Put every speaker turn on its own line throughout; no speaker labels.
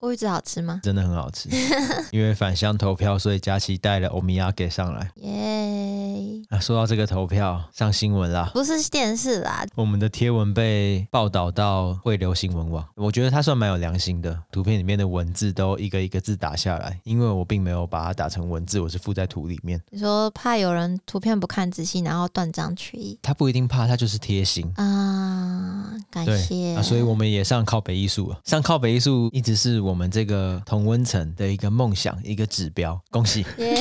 乌鱼子好吃 吗？
真的很好吃。因为返乡投票，所以佳琪带了欧米亚给上来。
耶、
啊，说到这个投票，上新闻啦。
不是电视啦，
我们的贴文被报道到会流新闻网，我觉得它算蛮有良心的。图片里面的文字都一个一个字打下来，因为我并没有把它打成文字，我是附在图里面。
你说怕有人图片不看仔细，然后断章取义
他不一定怕，他就是贴心。
啊，感
对
谢。
啊，所以我们也上靠北艺术了。上靠北艺术一直是我们这个同温层的一个梦想，一个指标。恭喜！
耶、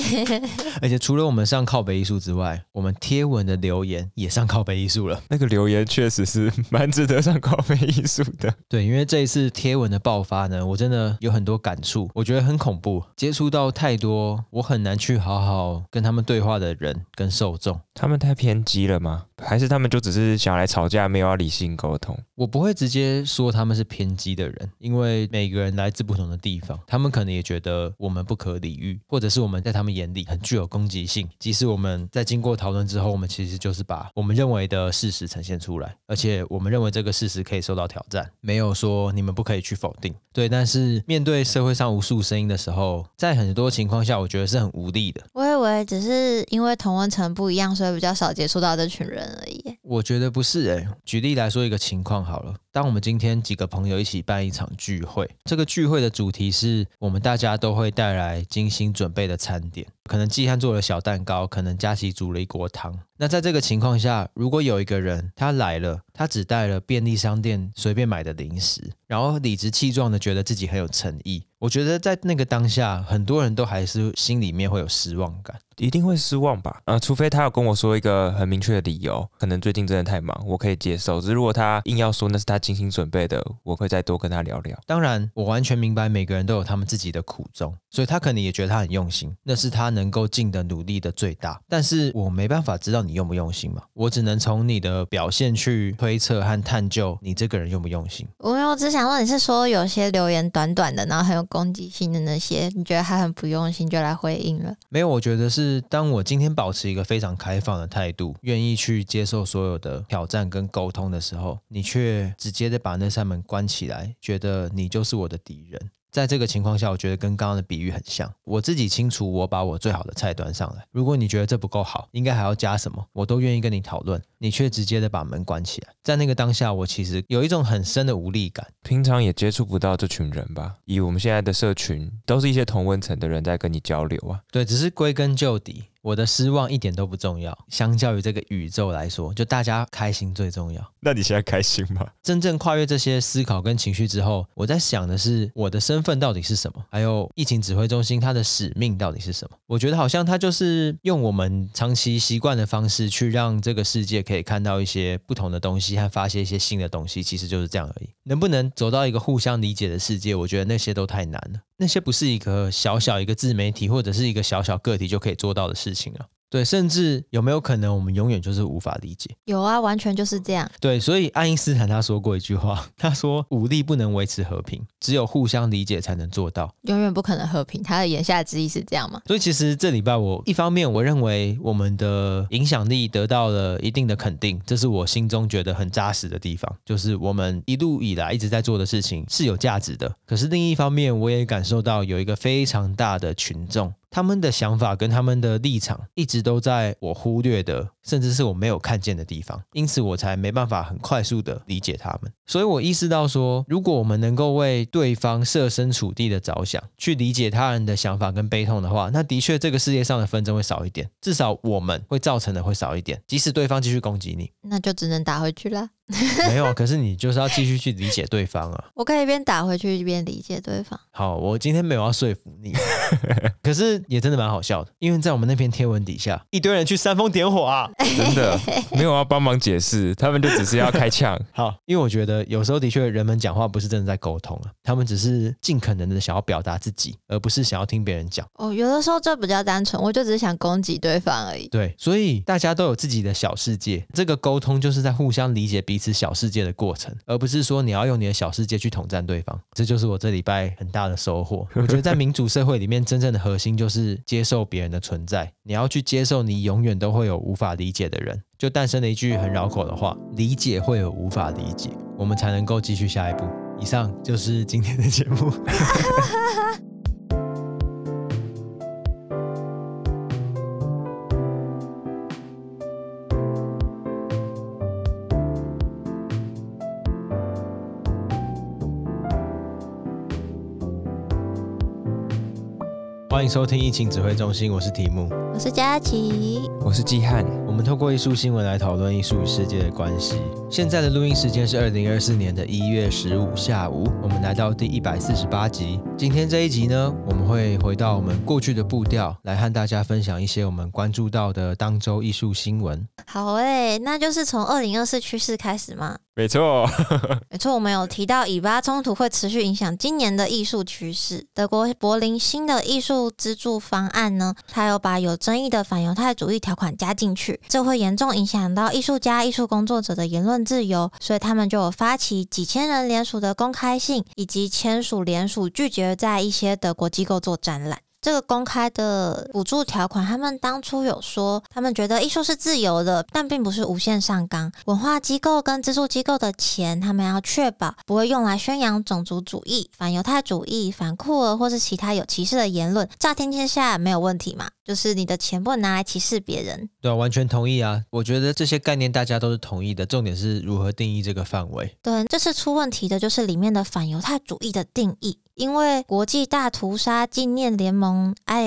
而且除了我们上靠北艺术之外，我们贴文的留言也上靠北艺术了。
那个留言确实是 蛮值得上高飞艺术的。
对，因为这一次贴文的爆发呢，我真的有很多感触，我觉得很恐怖，接触到太多我很难去好好跟他们对话的人跟受众。
他们太偏激了吗？还是他们就只是想来吵架，没有要理性沟通？
我不会直接说他们是偏激的人，因为每个人来自不同的地方，他们可能也觉得我们不可理喻，或者是我们在他们眼里很具有攻击性。即使我们在经过讨论之后，我们其实就是把我们认为的事实呈现出来，而且我们认为这个事实可以受到挑战，没有说你们不可以去否定。对，但是面对社会上无数声音的时候，在很多情况下，我觉得是很无力的。
我以为只是因为同温层不一样，所以比较少接触到这群人而已。
我觉得不是诶、举例来说一个情况好了，当我们今天几个朋友一起办一场聚会，这个聚会的主题是我们大家都会带来精心准备的餐点，可能季汉做了小蛋糕，可能佳琪煮了一锅汤。那在这个情况下，如果有一个人他来了，他只带了便利商店随便买的零食，然后理直气壮的觉得自己很有诚意，我觉得在那个当下，很多人都还是心里面会有失望感。
一定会失望吧？呃，除非他有跟我说一个很明确的理由，可能最近真的太忙，我可以接受。只是如果他硬要说那是他精心准备的，我会再多跟他聊聊。
当然，我完全明白每个人都有他们自己的苦衷，所以他可能也觉得他很用心，那是他能够尽的努力的最大。但是我没办法知道你用不用心嘛，我只能从你的表现去推测和探究你这个人用不用心。
我没有，我只想问你是说有些留言短短的，然后很有攻击性的那些，你觉得他很不用心就来回应了？
没有，我觉得是当我今天保持一个非常开放的态度，愿意去接受所有的挑战跟沟通的时候，你却直接的把那扇门关起来，觉得你就是我的敌人。在这个情况下，我觉得跟刚刚的比喻很像。我自己清楚，我把我最好的菜端上来。如果你觉得这不够好，应该还要加什么，我都愿意跟你讨论。你却直接的把门关起来，在那个当下，我其实有一种很深的无力感。
平常也接触不到这群人吧？以我们现在的社群，都是一些同温层的人在跟你交流啊。
对，只是归根究底，我的失望一点都不重要。相较于这个宇宙来说，就大家开心最重要。
那你现在开心吗？
真正跨越这些思考跟情绪之后，我在想的是我的身份到底是什么，还有疫情指挥中心它的使命到底是什么。我觉得好像它就是用我们长期习惯的方式去让这个世界可以看到一些不同的东西和发现一些新的东西，其实就是这样而已。能不能走到一个互相理解的世界，我觉得那些都太难了。那些不是一个小小一个自媒体或者是一个小小个体就可以做到的事情啊。对，甚至有没有可能我们永远就是无法理解？
有啊，完全就是这样。
对，所以爱因斯坦他说过一句话， 他说武力不能维持和平，只有互相理解才能做到。
永远不可能和平。他的言下之意是这样吗？
所以其实这礼拜我一方面我认为我们的影响力得到了一定的肯定，这是我心中觉得很扎实的地方，就是我们一路以来一直在做的事情是有价值的。可是另一方面，我也感受到有一个非常大的群众。他们的想法跟他们的立场一直都在我忽略的，甚至是我没有看见的地方，因此我才没办法很快速的理解他们。所以我意识到说，如果我们能够为对方设身处地的着想，去理解他人的想法跟悲痛的话，那的确这个世界上的纷争会少一点，至少我们会造成的会少一点。即使对方继续攻 击你，
那就只能打回去啦。
没有，可是你就是要继续去理解对方啊。
我可以一边打回去一边理解对方。
好，我今天没有要说服你，可是也真的蛮好笑的，因为在我们那篇贴文底下，一堆人去煽风点火啊。
真的没有要帮忙解释，他们就只是要开呛。
好，因为我觉得有时候的确人们讲话不是真的在沟通啊，他们只是尽可能的想要表达自己，而不是想要听别人讲。
哦，有的时候就比较单纯，我就只是想攻击对方而已。
对，所以大家都有自己的小世界，这个沟通就是在互相理解彼此小世界的过程，而不是说你要用你的小世界去统战对方。这就是我这礼拜很大的收获。我觉得在民主社会里面，真正的核心就是接受别人的存在，你要去接受你永远都会有无法理解的人。就诞生了一句很绕口的话：理解会有无法理解，我们才能够继续下一步。以以上就是今天的节目。欢迎收听疫情指挥中心，我是题目。
我是佳琪，
我是季汉，
我们透过艺术新闻来讨论艺术与世界的关系。现在的录音时间是二零二四年的一月十五下午，我们来到第一百四十八集。今天这一集呢，我们会回到我们过去的步调，来和大家分享一些我们关注到的当周艺术新闻。
好诶、那就是从二零二四趋势开始吗？
没错，
没错，我们有提到以巴冲突会持续影响今年的艺术趋势。德国柏林新的艺术资助方案呢，它有把有争议的反犹太主义条款加进去，这会严重影响到艺术家、艺术工作者的言论自由，所以他们就有发起几千人联署的公开信，以及签署联署拒绝在一些德国机构做展览。这个公开的补助条款，他们当初有说，他们觉得艺术是自由的，但并不是无限上纲。文化机构跟资助机构的钱，他们要确保不会用来宣扬种族主义、反犹太主义、反酷儿或是其他有歧视的言论。乍听之下没有问题嘛，就是你的钱不能拿来歧视别人。
对啊、完全同意啊！我觉得这些概念大家都是同意的，重点是如何定义这个范围。
对，这次出问题的就是里面的反犹太主义的定义，因为国际大屠杀纪念联盟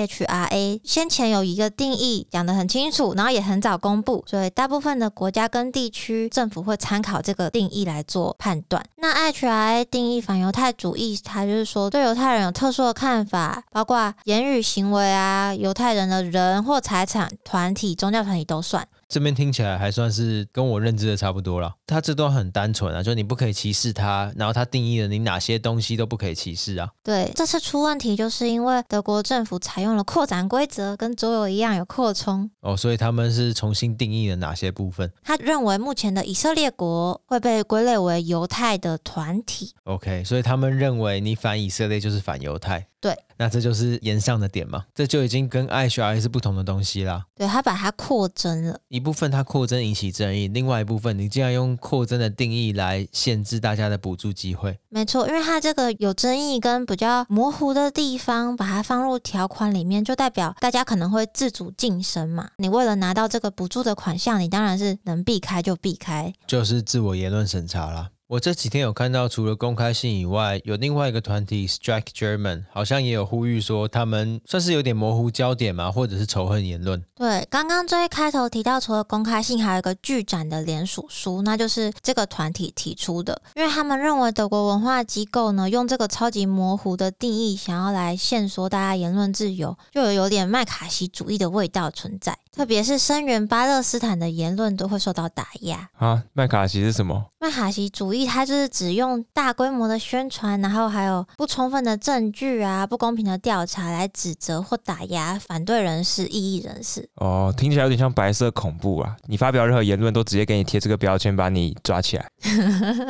（IHRA） 先前有一个定义讲得很清楚，然后也很早公布，所以大部分的国家跟地区政府会参考这个定义来做判断。那 IHRA 定义反犹太主义，它就是说对犹太人有特殊的看法，包括言语行为啊、犹太人的人或财产、团体、宗教团体都算。
这边听起来还算是跟我认知的差不多了。它这段很单纯啊，就是你不可以歧视他，然后他定义了你哪些东西都不可以歧视啊。
对，这次出问题就是因为德国政府采用了扩展规则，跟左右一样有扩充。
哦，所以他们是重新定义了哪些部分
他认为目前的以色列国会被归类为犹太的团体。
？OK，所以他们认为你反以色列就是反犹太。
对，
那这就是言上的点嘛，这就已经跟 IHR 是不同的东西啦。
对他把它扩增了，
一部分它扩增引起争议，另外一部分你竟然用扩增的定义来限制大家的补助机会。
没错，因为它这个有争议跟比较模糊的地方，把它放入条款里面，就代表大家可能会自主晋升嘛。你为了拿到这个补助的款项，你当然是能避开就避开。
就是自我言论审查啦。我这几天有看到，除了公开信以外，有另外一个团体 Strike German，好像也有呼吁说，他们算是有点模糊焦点嘛，或者是仇恨言论。
对，刚刚最开头提到，除了公开信，还有一个剧展的联署书，那就是这个团体提出的，因为他们认为德国文化机构呢，用这个超级模糊的定义，想要来限缩大家言论自由，就有有点麦卡锡主义的味道存在，特别是声援巴勒斯坦的言论都会受到打压。
啊，麦卡锡是什么？
麦卡锡主义，它就是只用大规模的宣传，然后还有不充分的证据啊、不公平的调查来指责或打压反对人士、异议人士。
哦，听起来有点像白色恐怖啊！你发表任何言论都直接给你贴这个标签，把你抓起来。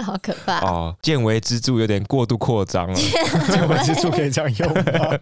好可怕哦
哦，见微知著有点过度扩张了。
这文字 处可以这样用吗？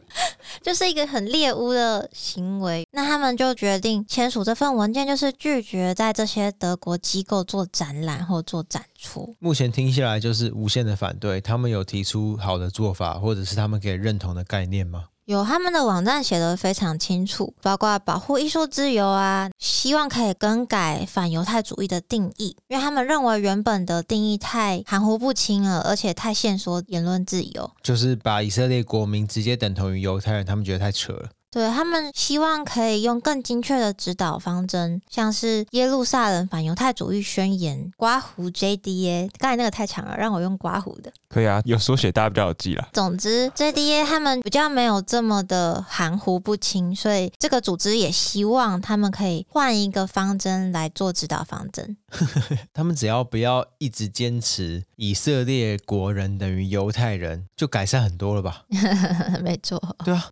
就是一个很猎巫的行为。那他们就决定签署这份文件，就是拒绝在这些德国机构做展览或做展出。
目前听下来就是无限的反对。他们有提出好的做法，或者是他们可以认同的概念吗？
有他们的网站写的非常清楚，包括保护艺术自由啊，希望可以更改反犹太主义的定义，因为他们认为原本的定义太含糊不清了，而且太限缩言论自由。
就是把以色列国民直接等同于犹太人，他们觉得太扯了。
对他们希望可以用更精确的指导方针，像是耶路撒冷反犹太主义宣言、刮胡 JDA，刚才那个太长了，让我用刮胡的。
可以啊，有缩写大家比较有记啦。
总之，JDA 他们比较没有这么的含糊不清，所以这个组织也希望他们可以换一个方针来做指导方针。
他们只要不要一直坚持以色列国人等于犹太人，就改善很多了吧？
没错，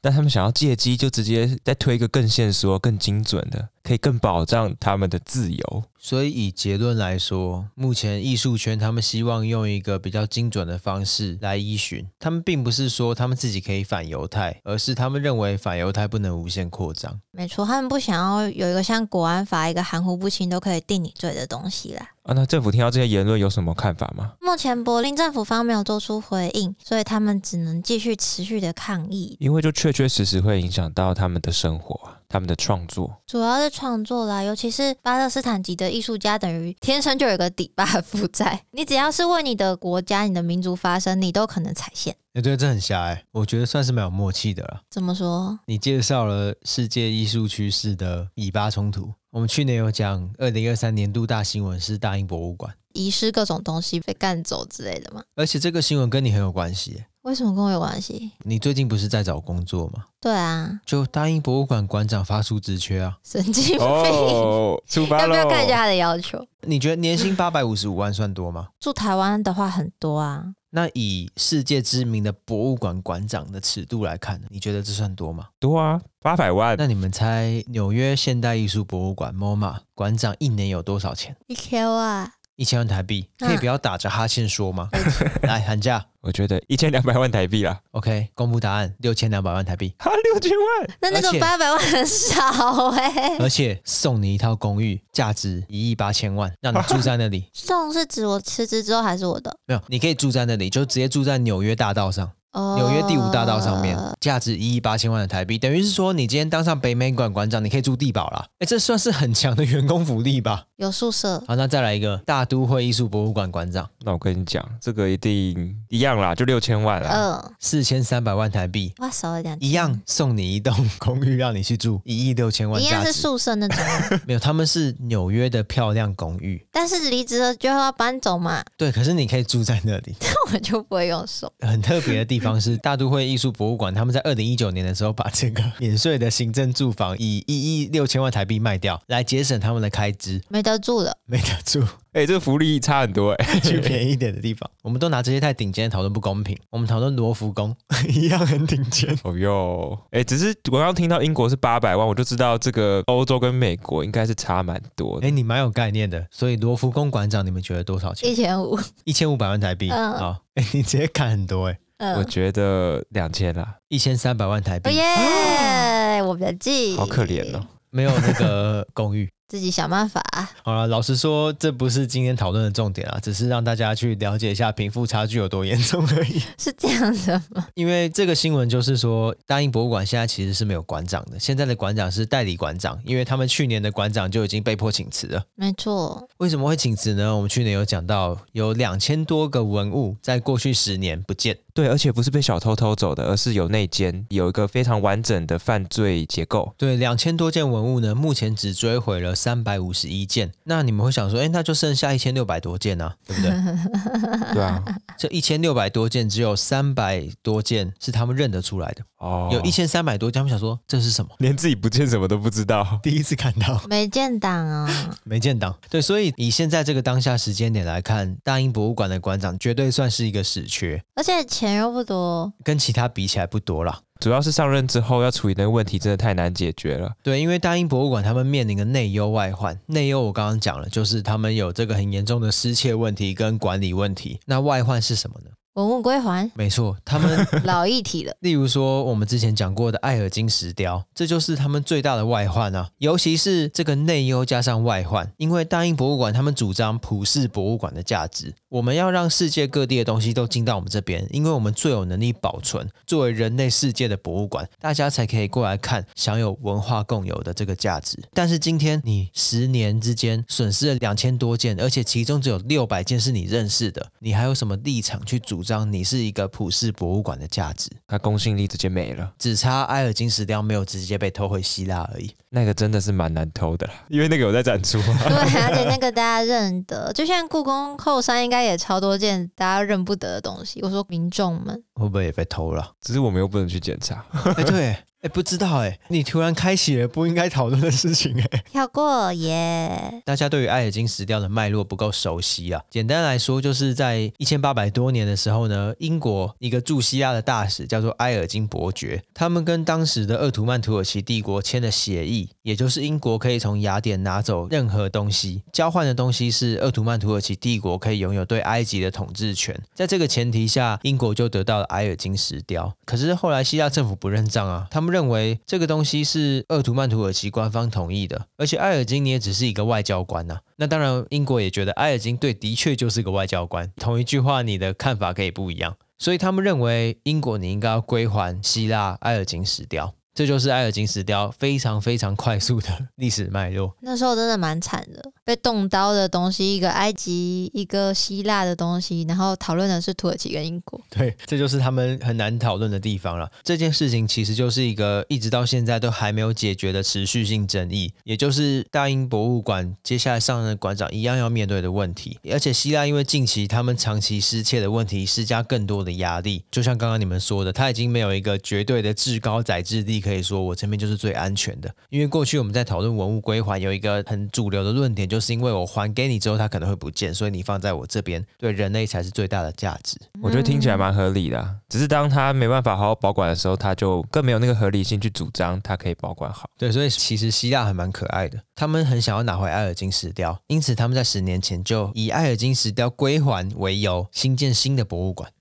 但他们想要借机就直接再推一个更现实、更精准的，可以更保障他们的自由。
所以以结论来说，目前艺术圈他们希望用一个比较精准的方式来依循，他们并不是说他们自己可以反犹太，而是他们认为反犹太不能无限扩张。
没错，他们不想要有一个像国安法一个含糊不清都可以定你罪的东西啦。
啊，那政府听到这些言论有什么看法吗？
目前柏林政府方没有做出回应，所以他们只能继续持续的抗议，
因为就确确实实会影响到他们的生活啊，他们的创作。
主要是创作啦，尤其是巴勒斯坦籍的艺术家，等于天生就有一个底坝的负债。 你只要是为你的国家、你的民族发声，你都可能踩线。
哎，对，这很狭隘，我觉得算是蛮有默契的了。
怎么说？
你介绍了世界艺术趋势的以巴冲突，我们去年有讲，二零二三年度大新闻是大英博物馆，
遗失各种东西被干走之类的吗？
而且这个新闻跟你很有关系耶。
为什么跟我有关系？
你最近不是在找工作吗？
对啊，
就大英博物馆馆长发出职缺啊，
神经病！
哦，出发
要不
喽！
要看一下他的要求？
你觉得年薪八百五十五万算多吗？
住台湾的话很多啊，
那以世界知名的博物馆馆长的尺度来看，你觉得这算多吗？
多啊，八百万。
那你们猜纽约现代艺术博物馆 MoMA 馆长一年有多少钱？
一 Q 啊，
一千万台币，
嗯
可以不要打着哈欠说吗？ 来喊价
我觉得一千两百万台币啦，
，OK，公布答案，六千两百万 台币，
哈，六千万，
那那
而
个
且
八百万很少哎、。
而且送你一套公寓，价值一亿八千万，让你住在那里
这种是指我辞职之后还是我的？
没有，你可以住在那里，就直接住在纽约大道上，
哦
纽约第五大道上面，价值一亿八千万的台币，等于是说你今天当上北美馆馆长，你可以住地堡啦。哎，这算是很强的员工福利吧？
有宿舍，
好，那再来一个大都会艺术博物馆馆长，
那我跟你讲，这个一定一样啦，就六千万啦。
啊
嗯，
四千三百万台币，
哇，少了两千
一样送你一栋公寓让你去住，一亿六千万
一样
价
是
值。
宿舍那 种，
没有，他们是纽约的漂亮公寓。
但是离职了就要搬走嘛，
对，可是你可以住在那里。
那我就不会用手。
很特别的地方是，大都会艺术博物馆他们在二零一九年的时候把这个 免税的行政住房以一亿六千万台币卖掉，来节省他们的开支，
没得住了，
没得住，
哎、这个福利差很多哎、
去便宜一点的地方。我们都拿这些太顶尖讨论不公平，我们讨论罗浮宫 一样很顶尖。
哦哟，哎，只是我刚听到英国是八百万，我就知道这个欧洲跟美国应该是差蛮多的。
哎，你蛮有概念的，所以罗浮宫馆长，你们觉得多少钱？
一千五，
一千五百万台币
嗯
啊！哎、你直接砍很多哎、
我
嗯，
觉得两千啦，
一千三百万台币
哦耶，我比较记，
好可怜哦，。
没有那个公寓。
自己想办法。
好了，老实说，这不是今天讨论的重点啊，只是让大家去了解一下贫富差距有多严重而已。
是这样的吗？
因为这个新闻就是说，大英博物馆现在其实是没有馆长的，现在的馆长是代理馆长，因为他们去年的馆长就已经被迫请辞了。
没错，
为什么会请辞呢？我们去年有讲到，有两千多个文物在过去十年不见。
对，而且不是被小偷偷走的，而是有内奸，有一个非常完整的犯罪结 构。
对，两千多件文物呢，目前只追回了三百五十一件。那你们会想说，哎，那就剩下一千六百多件啊，对不对？
对啊，
这一千六百多件，只有三百多件是他们认得出来的，
哦，
有一千三百多件，他们想说这是什么？
连自己不见什么都不知 道。
第一次看到
没建档啊，
没建档，对，所以以现在这个当下时间点来看，大英博物馆的馆长绝对算是一个死缺，
而且钱又不多，
跟其他比起来不多啦。
主要是上任之后要处理的问题真的太难解决了。
对，因为大英博物馆他们面临的内忧外患，内忧我刚刚讲了，就是他们有这个很严重的失窃问题跟管理问题。那外患是什么呢？
文物归还，
没错，他们
老一体了。
例如说我们之前讲过的艾尔金石雕，这就是他们最大的外患啊。尤其是这个内忧加上外患，因为大英博物馆他们主张普世博物馆的价值，我们要让世界各地的东西都进到我们这边，因为我们最有能力保存，作为人类世界的博物馆，大家才可以过来看，享有文化共有的这个价值。但是今天你十年之间损失了两千多件，而且其中只有六百件是你认识的，你还有什么立场去主张你是一个普世博物馆的价值？
他公信力直接没了，
只差埃尔金石雕没有直接被偷回希腊而已。
那个真的是蛮难偷的啦，因 为那个有在展出啊。
对，而且那个大家认得，就像故宫后山应该也超多件大家认不得的东西。我说民众们，
会不会也被偷了？
只是我们又不能去检查。
哎、对，哎、不知道哎、你突然开启了不应该讨论的事情哎、
跳过耶。
大家对于爱尔金石雕的脉络不够熟悉啊。简单来说，就是在一千八百多年的时候呢，英国一个驻希腊的大使叫做埃尔金伯爵，他们跟当时的鄂图曼土耳其帝国签了协议，也就是英国可以从雅典拿走任何东西，交换的东西是鄂图曼土耳其帝国可以拥有对埃及的统治权。在这个前提下，英国就得到了埃尔金石雕。可是后来希腊政府不认账啊，他们认为这个东西是鄂图曼土耳其官方同意的，而且埃尔金你也只是一个外交官呐、啊那当然，英国也觉得埃尔金对的确就是个外交官。同一句话，你的看法可以不一样，所以他们认为英国你应该要归还希腊埃尔金石雕。这就是埃尔金石雕非常非常快速的历史脉络。
那时候真的蛮惨的，被动刀的东西，一个埃及，一个希腊的东西，然后讨论的是土耳其跟英国。
对，这就是他们很难讨论的地方了。这件事情其实就是一个一直到现在都还没有解决的持续性争议，也就是大英博物馆接下来上任的馆长一样要面对的问题。而且希腊因为近期他们长期失窃的问题，施加更多的压力。就像刚刚你们说的，他已经没有一个绝对的至高宰制地，可以说我这边就是最安全的。因为过去我们在讨论文物归还，有一个很主流的论点，就是因为我还给你之后，它可能会不见，所以你放在我这边，对人类才是最大的价值。
我觉得听起来蛮合理的啊、只是当他没办法好好保管的时候，他就更没有那个合理性去主张他可以保管好。
对，所以其实希腊还蛮可爱的，他们很想要拿回埃尔金石雕，因此他们在十年前就以埃尔金石雕归还为由，新建新的博物馆，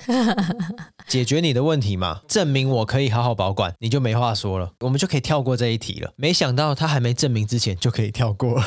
解决你的问题嘛，证明我可以好好保管，你就没话说了，我们就可以跳过这一题了。没想到他还没证明之前就可以跳过 了，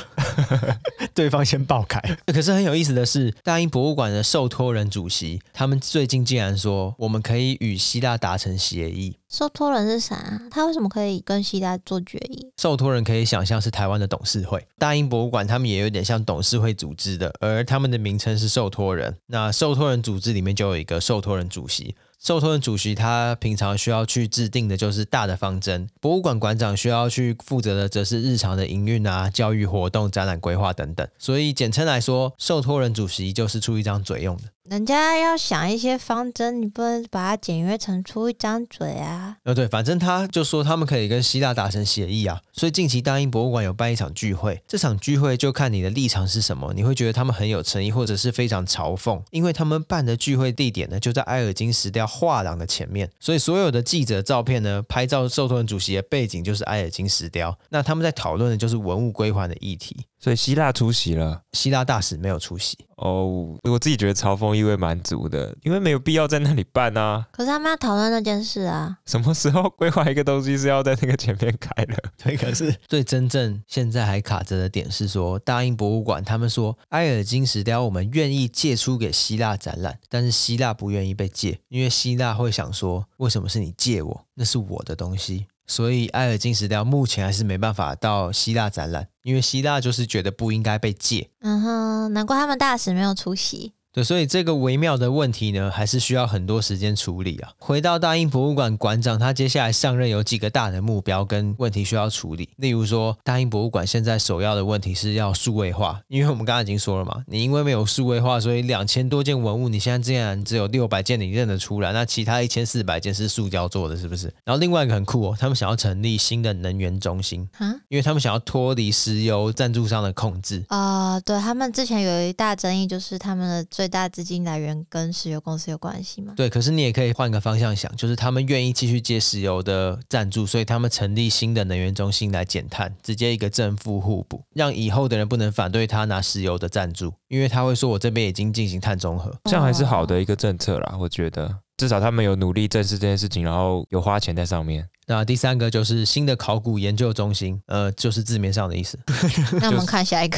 对方先爆开。可是很有意思的是，大英博物馆的受托人主席，他们最近竟然说，我们可以与希腊达成协议，
受托人是啥啊？他为什么可以跟希腊做决议？
受托人可以想象是台湾的董事会，大英博物馆他们也有点像董事会组织的，而他们的名称是受托人。那受托人组织里面就有一个受托人主席。受托人主席他平常需要去制定的就是大的方针，博物馆馆长需要去负责的则是日常的营运啊、教育活动、展览规划等等。所以简称来说，受托人主席就是出一张嘴用的。
人家要想一些方针，你不能把它简约成出一张嘴啊。
呃，对，反正他就说他们可以跟希腊达成协议啊，所以近期大英博物馆有办一场聚会，这场聚会就看你的立场是什么，你会觉得他们很有诚意，或者是非常嘲讽，因为他们办的聚会地点呢就在埃尔金石雕画廊的前面，所以所有的记者照片呢拍照受托人主席的背景就是埃尔金石雕，那他们在讨论的就是文物归还的议题，
所以希腊出席了。
希腊大使没有出席。
哦，我自己觉得嘲讽意味蛮足的，因为没有必要在那里办啊。
可是他们要讨论那件事啊，
什么时候规划一个东西是要在那个前面开的？
对，可是最真正现在还卡着的点是说，大英博物馆他们说埃尔金石雕我们愿意借出给希腊展览，但是希腊不愿意被借，因为希腊会想说，为什么是你借我？那是我的东西。所以埃尔金石雕目前还是没办法到希腊展览，因为希腊就是觉得不应该被借。
嗯哼，难怪他们大使没有出席。
对，所以这个微妙的问题呢，还是需要很多时间处理啊。回到大英博物馆馆长，他接下来上任有几个大的目标跟问题需要处理，例如说，大英博物馆现在首要的问题是要数位化，因为我们刚刚已经说了嘛，你因为没有数位化，所以两千多件文物，你现在竟然只有六百件你认得出来，那其他一千四百件是塑胶做的，是不是？然后另外一个很酷哦，他们想要成立新的能源中心，
啊，
因为他们想要脱离石油赞助商的控制，
啊、对他们之前有一大争议，就是他们的最大资金来源跟石油公司有关系 嘛。
对，可是你也可以换个方向想，就是他们愿意继续接石油的赞助，所以他们成立新的能源中心来减碳，直接一个正负互补，让以后的人不能反对他拿石油的赞助，因为他会说我这边已经进行碳中和。
这样还是好的一个政策啦，我觉得至少他们有努力正视这件事情，然后有花钱在上面。
那第三个就是新的考古研究中心，呃，就是字面上的意思。
那我们看下一个，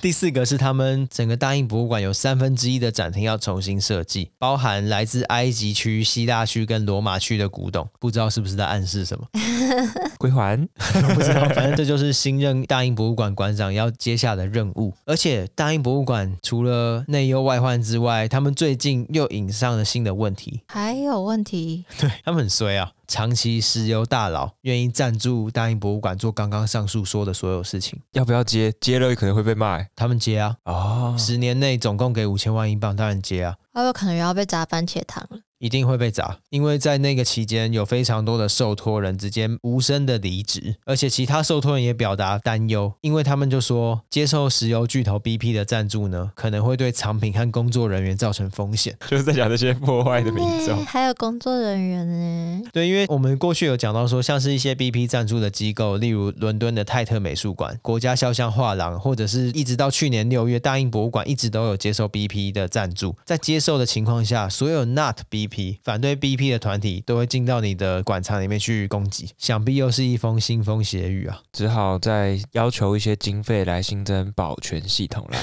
第四个是他们整个大英博物馆有三分之一的展厅要重新设计，包含来自埃及区、希腊区跟罗马区的古董，不知道是不是在暗示什么。
归还
不知道，反正这就是新任大英博物馆馆长要接下的任务。而且大英博物馆除了内忧外患之外，他们最近又引上了新的问题，
还有问题，
他们很衰啊。长期石油大佬愿意赞助大英博物馆做刚刚上述说的所有事情，
要不要接？接了可能会被骂、欸。
他们接啊，
哦，
十年内总共给五千万英镑，当然接啊。
还有可能又要被砸番茄糖了。
一定会被砸，因为在那个期间有非常多的受托人直接无声的离职，而且其他受托人也表达担忧，因为他们就说接受石油巨头 BP 的赞助呢，可能会对产品和工作人员造成风险。
就是在讲这些破坏的民哦众
耶。还有工作人员呢，
对，因为我们过去有讲到说，像是一些 BP 赞助的机构，例如伦敦的泰特美术馆、国家肖像画廊，或者是一直到去年六月，大英博物馆一直都有接受 BP 的赞助。在接受的情况下，所有 not BP 反对 BP 的团体都会进到你的馆藏里面去攻击，想必又是一封腥风血雨啊！
只好再要求一些经费来新增保全系统了。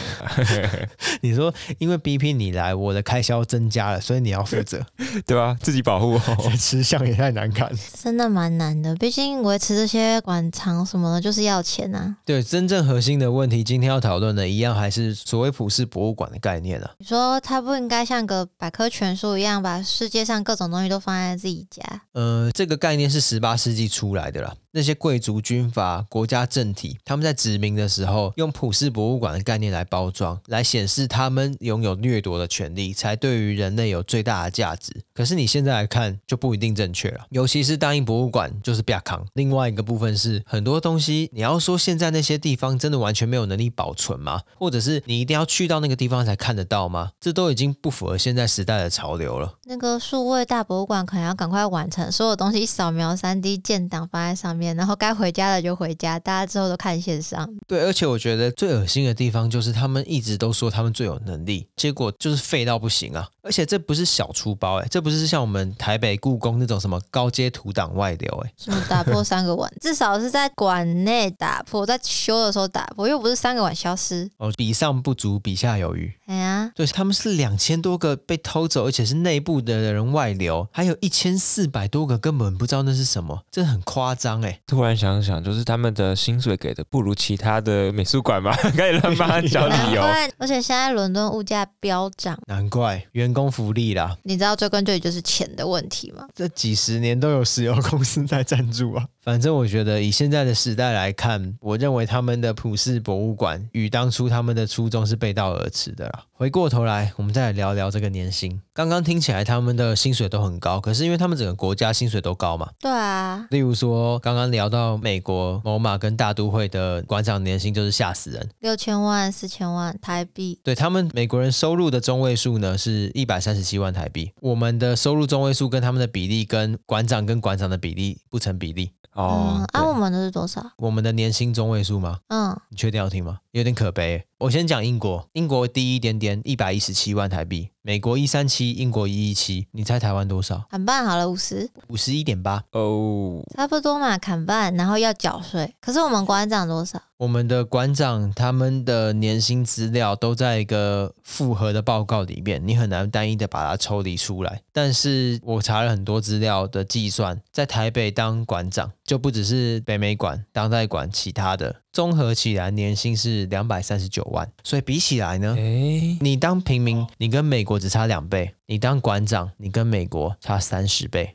你说，因为 BP 你来，我的开销增加了，所以你要负责，
对吧、自己保护
我
哦。
吃相也太难看了。
真的蛮难的。毕竟维持这些馆藏什么的，就是要钱啊。
对，真正核心的问题，今天要讨论的一样还是所谓普世博物馆的概念啊。
你说他不应该像个百科全书一样，把世界上各种东西都放在自己家？
呃，这个概念是十八世纪出来的啦。那些贵族、军阀、国家政体，他们在殖民的时候，用普世博物馆的概念来包装，来显示他们拥有掠夺的权利，才对于人类有最大的价值。可是你现在来看，就不一定正确了。尤其是大英博物馆，就是比较扛。另外一个部分是，很多东西，你要说现在那些地方真的完全没有能力保存吗？或者是你一定要去到那个地方才看得到吗？这都已经不符合现在时代的潮流了。
那个数位大博物馆可能要赶快完成，所有东西扫描三 D 建档放在上面，然后该回家的就回家，大家之后都看线上。
对，而且我觉得最恶心的地方就是他们一直都说他们最有能力，结果就是废到不行啊！而且这不是小出包哎、这不是像我们台北故宫那种什么高阶图档外流哎、
什么打破三个碗，至少是在馆内打破，在修的时候打破，又不是三个碗消失。
哦，比上不足，比下有余。
哎呀，
对，他们是两千多个被偷走，而且是内部的人外流，还有一千四百多个根本不知道那是什么，这很夸张哎、
突然想想，就是他们的薪水给的不如其他的美术馆 吧，开始乱帮他找理
难
由。
怪，啊而且现在伦敦物价飙涨，
难怪员工福利啦，
你知道追根究底就是钱的问题吗？
这几十年都有石油公司在赞助啊。反正我觉得以现在的时代来看，我认为他们的普世博物馆与当初他们的初衷是背道而驰的啦。回过头来，我们再来聊聊这个年薪。刚刚听起来他们的薪水都很高，可是因为他们整个国家薪水都高嘛，
对啊，
例如说刚刚聊到美国某马跟大都会的馆长年薪就是吓死人，
六千万、四千万台币，
对他们美国人收入的中位数呢是一百三十七万台币，我们的收入中位数跟他们的比例跟馆长跟馆长的比例不成比例。
哦
嗯，，啊，我们的是多少？
我们的年薪中位数吗？
嗯，
你确定要听吗？有点可悲耶。我先讲英国，英国低一点点，一百一十七万台币，美国一三七，英国一一七，你猜台湾多少？
砍半好了，五十，
五十一点八。
对哦，
差不多嘛，砍半，然后要缴税。可是我们馆长多少？
我们的馆长他们的年薪资料都在一个复合的报告里面，你很难单一的把它抽离出来。但是我查了很多资料的计算，在台北当馆长就不只是北美馆、当代馆，其他的综合起来年薪是两百三十九万，所以比起来呢，
哎，
你当平民，你跟美国只差两倍；你当馆长，你跟美国差三十倍。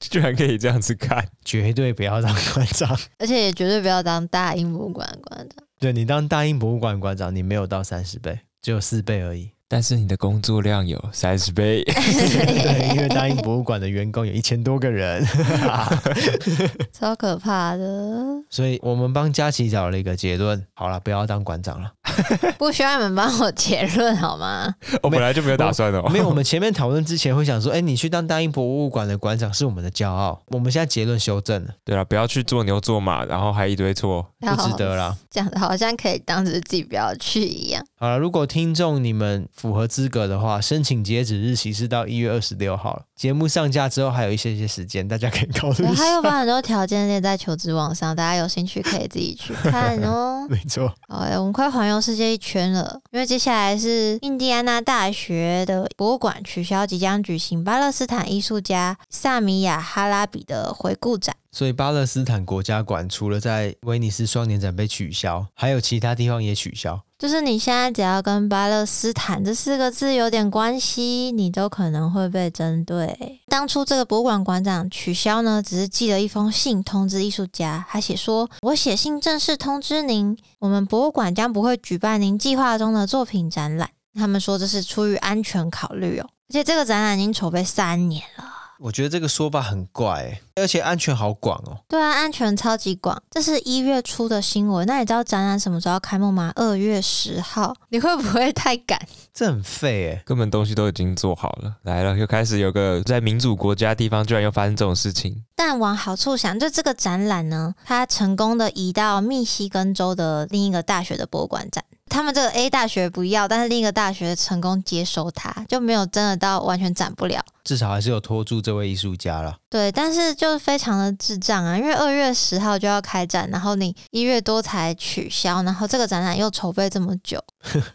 居然可以这样子看，
绝对不要当馆长。
而且也绝对不要当大英博物馆的馆长。
对你当大英博物馆馆长，你没有到三十倍，只有四倍而 已。
但是你的工作量有三十倍，
对，因为大英博物馆的员工有一千多个 人，
超可怕的！
所以我们帮佳琪找了一个结论：好了，不要当馆长了。
不需要你们帮我结论好吗？
我本来就没有打算哦。
没有，我们前面讨论之前会想说，哎，你去当大英博物馆的馆长是我们的骄傲。我们现在结论修正了，
对了，啊不要去做牛做马，然后还一堆错。
不值得啦。
讲的好像可以当时自己不要去一样。
好了，如果听众你们符合资格的话，申请截止日期是到一月二十六号了。节目上架之后还有一些些时间，大家可以考虑一
还有
下。。
把很多条件列在求职网上，大家有兴趣可以自己去看哦
没错，
好、欸，我们快环游世界一圈了，因为接下来是印第安纳大学的博物馆取消即将举行巴勒斯坦艺术家萨米亚·哈拉比的回顾展。
所以巴勒斯坦国家馆除了在威尼斯双年展被取消，还有其他地方也取消。
就是你现在只要跟巴勒斯坦这四个字有点关系，你都可能会被针对。当初这个博物馆馆长取消呢，只是寄了一封信通知艺术家，他写说：“我写信正式通知您，我们博物馆将不会举办您计划中的作品展览。”他们说这是出于安全考虑哦。而且这个展览已经筹备三年了。
我觉得这个说法很怪、欸，而且安全好广哦、
对啊，安全超级广，这是一月初的新闻。那你知道展览什么时候开幕吗？二月十号，你会不会太赶？
这很废哎、
根本东西都已经做好了，来了又开始有个在民主国家的地方居然又发生这种事情，
但往好处想，就这个展览呢，它成功的移到密西根州的另一个大学的博物馆展。他们这个 A 大学不要，但是另一个大学成功接收它，就没有真的到完全展不了。
至少还是有拖住这位艺术家啦。
对，但是就是非常的智障啊，因为二月十号就要开展，然后你一月多才取消，然后这个展览又筹备这么久，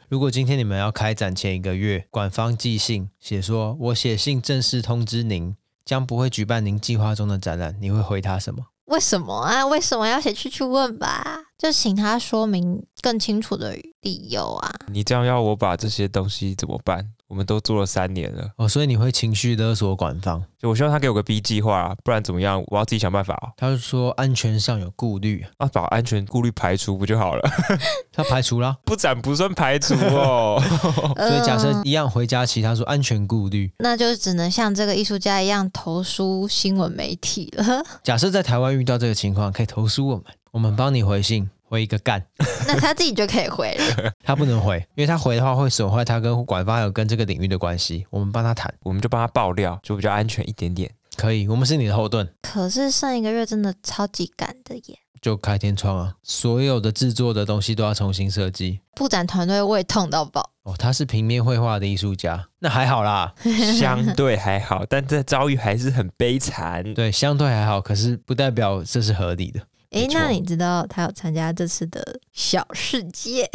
如果今天你们要开展前一个月，馆方寄信写说“我写信正式通知您，将不会举办您计划中的展览”，你会回他什么？
为什么啊？为什么要写去去问吧？就请他说明更清楚的理由啊。
你这样要我把这些东西怎么办？我们都做了三年了，
哦，所以你会情绪勒索馆方，
就我希望他给我个 B 计划、啊，不然怎么样？我要自己想办法哦、
他就说安全上有顾虑，
啊，把安全顾虑排除不就好了？
他排除了。
不展不算排除哦。
所以假设
嗯
一样回家骑，他说安全顾虑。
那就只能像这个艺术家一样投书新闻媒体了。
假设在台湾遇到这个情况，可以投诉我们，我们帮你回信，回一个干。
那他自己就可以回了。
他不能回，因为他回的话会损坏他跟管方还有跟这个领域的关系。我们帮他谈，
我们就帮他爆料，就比较安全一点点。
可以，我们是你的后盾，
可是上一个月真的超级赶的耶，
就开天窗啊！所有的制作的东西都要重新设计。
布展团队胃痛到爆。
哦，他是平面绘画的艺术家，那还好啦，
相对还好，但这遭遇还是很悲惨。
对，相对还好，可是不代表这是合理的。
诶，
没错
那你知道他有参加这次的小世界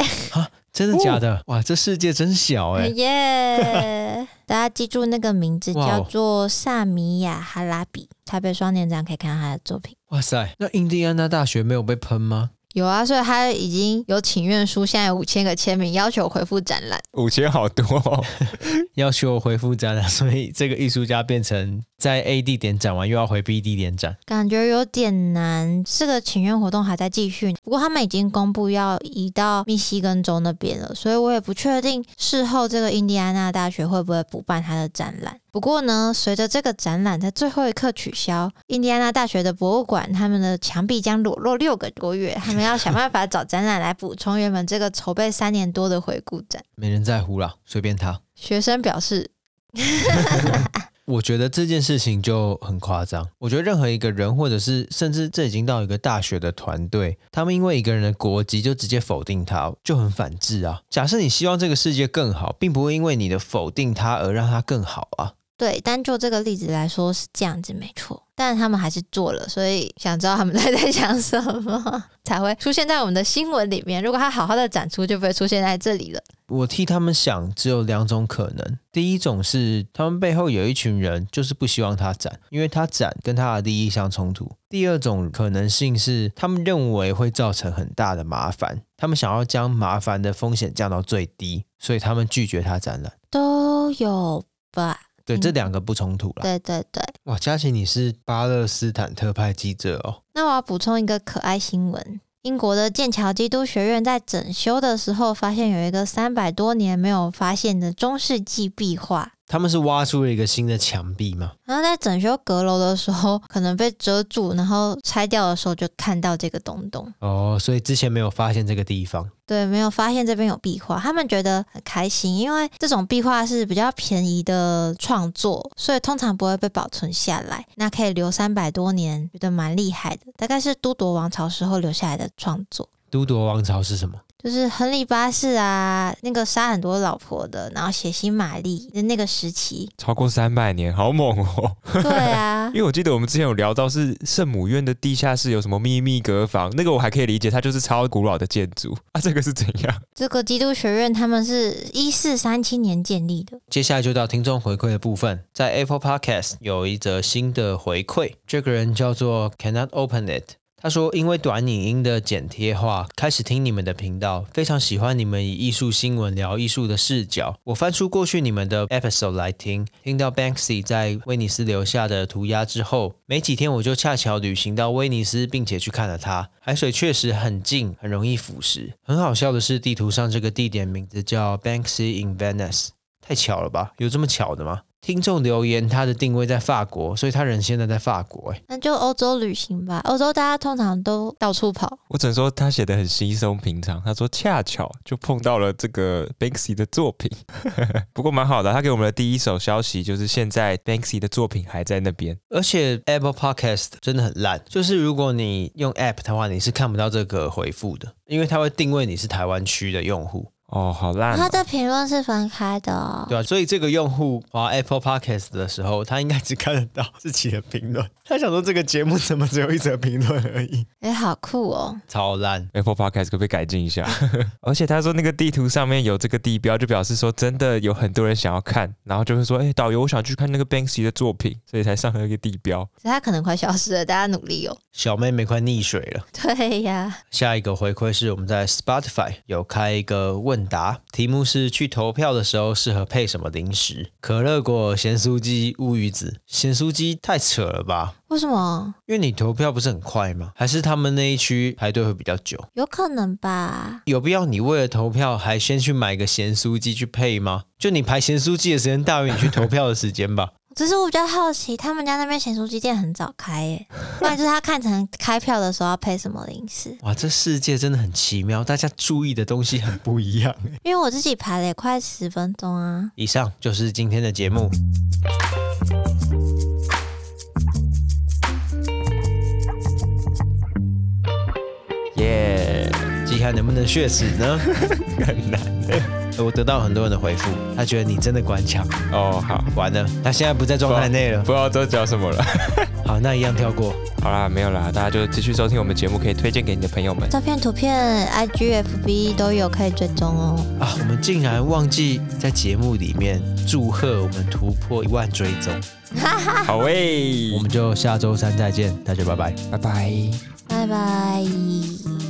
真的假的？哇，这世界真小 哎、
耶？大家记住那个名字
哇
叫
哦
做萨米亚哈拉比，台北双年展可以看到他的作品。
哇塞，那印第安纳大学没有被喷吗？
有啊，所以他已经有请愿书，现在有五千个签名，要求回复展览。
五千好多、哦，，
要求我回复展览， 所以这个艺术家变成在 A 地点展完又要回 B 地点展。
感觉有点难，这个请愿活动还在继续，不过他们已经公布要移到密西根州那边了，所以我也不确定事后这个印第安纳大学会不会补办它的展览。不过呢，随着这个展览在最后一刻取消，印第安纳大学的博物馆他们的墙壁将裸露六个多月，他们要想办法找展览来补充原本这个筹备三年多的回顾展。
没人在乎啦，随便他。
学生表示，
我觉得这件事情就很夸张。我觉得任何一个人，或者是甚至这已经到一个大学的团队，他们因为一个人的国籍就直接否定他，就很反智啊。假设你希望这个世界更好，并不会因为你的否定他而让他更好啊。
对，单就这个例子来说是这样子，没错。但他们还是做了，所以想知道他们 在在想什么，才会出现在我们的新闻里面。如果他好好的展出，就不会出现在这里了。
我替他们想，只有两种可能。第一种是他们背后有一群人，就是不希望他展，因为他展跟他的利益相冲突。第二种可能性是，他们认为会造成很大的麻烦，他们想要将麻烦的风险降到最低，所以他们拒绝他展览。
都有吧？
对，
嗯
这两个不冲突啦。
对对对。
哇，嘉琪，你是巴勒斯坦特派记者哦。
那我要补充一个可爱新闻：英国的剑桥基督学院在整修的时候，发现有一个三百多年没有发现的中世纪壁画。
他们是挖出了一个新的墙壁吗？
然后在整修阁楼的时候，可能被遮住，然后拆掉的时候就看到这个东东。
哦，所以之前没有发现这个地方。
对，没有发现这边有壁画，他们觉得很开心，因为这种壁画是比较便宜的创作，所以通常不会被保存下来。那可以留三百多年，觉得蛮厉害的，大概是都铎王朝时候留下来的创作。
都铎王朝是什么？
就是亨利八世啊，那个杀很多老婆的，然后血腥玛丽的那个时期
超过三百年，好猛哦！
对啊
因，为我记得我们之前有聊到是圣母院的地下室有什么秘密阁房，那个我还可以理解，它就是超古老的建筑啊。这个是怎样？
这个基督学院他们是一四三七年建立的，
接下来就到听众回馈的部分，在 Apple Podcast 有一则新的回馈，这个人叫做 Cannot Open It。他说：“因为短影音的剪贴化，开始听你们的频道，非常喜欢你们以艺术新闻聊艺术的视角。我翻出过去你们的 episode 来听，听到 Banksy 在威尼斯留下的涂鸦之后，没几天我就恰巧旅行到威尼斯，并且去看了它。海水确实很近，很容易腐蚀。很好笑的是，地图上这个地点名字叫 Banksy in Venice，太巧了吧？有这么巧的吗？听众留言他的定位在法国，所以他人现在在法国、欸。
那就欧洲旅行吧。欧洲大家通常都到处跑，
我只能说他写的很稀松平常。他说恰巧就碰到了这个 Banksy 的作品， 不过蛮好的。他给我们的第一手消息就是现在 Banksy 的作品还在那边。
而且 Apple Podcast 真的很烂，就是如果你用 App 的话，你是看不到这个回复的，因为它会定位你是台湾区的用户，
哦，好烂、
它
哦。
的评论是分开的、哦。
对吧、所以这个用户滑 Apple Podcast 的时候，他应该只看得到 自己的评论。他想说这个节目怎么只有一则评论而已，
哎、好酷哦！
超烂。
Apple Podcast 可不可以改进一下？ 而且他说那个地图上面有这个地标，就表示说真的有很多人想要看，然后就会说，哎、导游，我想去看那个 Banksy 的作品，所以才上了一个地标。
所以它可能快消失了，大家努力哦。
小妹妹快溺水了。
对呀，
下一个回馈是我们在 Spotify 有开一个问答，题目是去投票的时候适合配什么零食？可乐果、咸酥鸡、乌鱼子。咸酥鸡太扯了吧？
为什么？
因为你投票不是很快吗？还是他们那一区排队会比较久？
有可能吧？
有必要你为了投票还先去买个咸酥鸡去配吗？就你排咸酥鸡的时间大于你去投票的时间吧？
只是我比较好奇，他们家那边咸酥鸡店很早开耶，不然就是他看成开票的时候要配什么零食。
哇，这世界真的很奇妙，大家注意的东西很不一样。
因为我自己排了也快十分钟啊。
以上就是今天的节目。
耶、
季汉能不能血死呢？
很难
我得到很多人的回复，他觉得你真的顽强。
哦。好，
完了，他现在不在状态内了
不。知道这讲什么了。
好，那一样跳过。
好啦，没有啦，大家就继续收听我们节目，可以推荐给你的朋友们。
照片、图片、IGFB 都有可以追踪哦。
啊，我们竟然忘记在节目里面祝贺我们突破一万追踪，
好喂、
嗯我们就下周三再见，大家拜拜。
拜拜。
拜拜。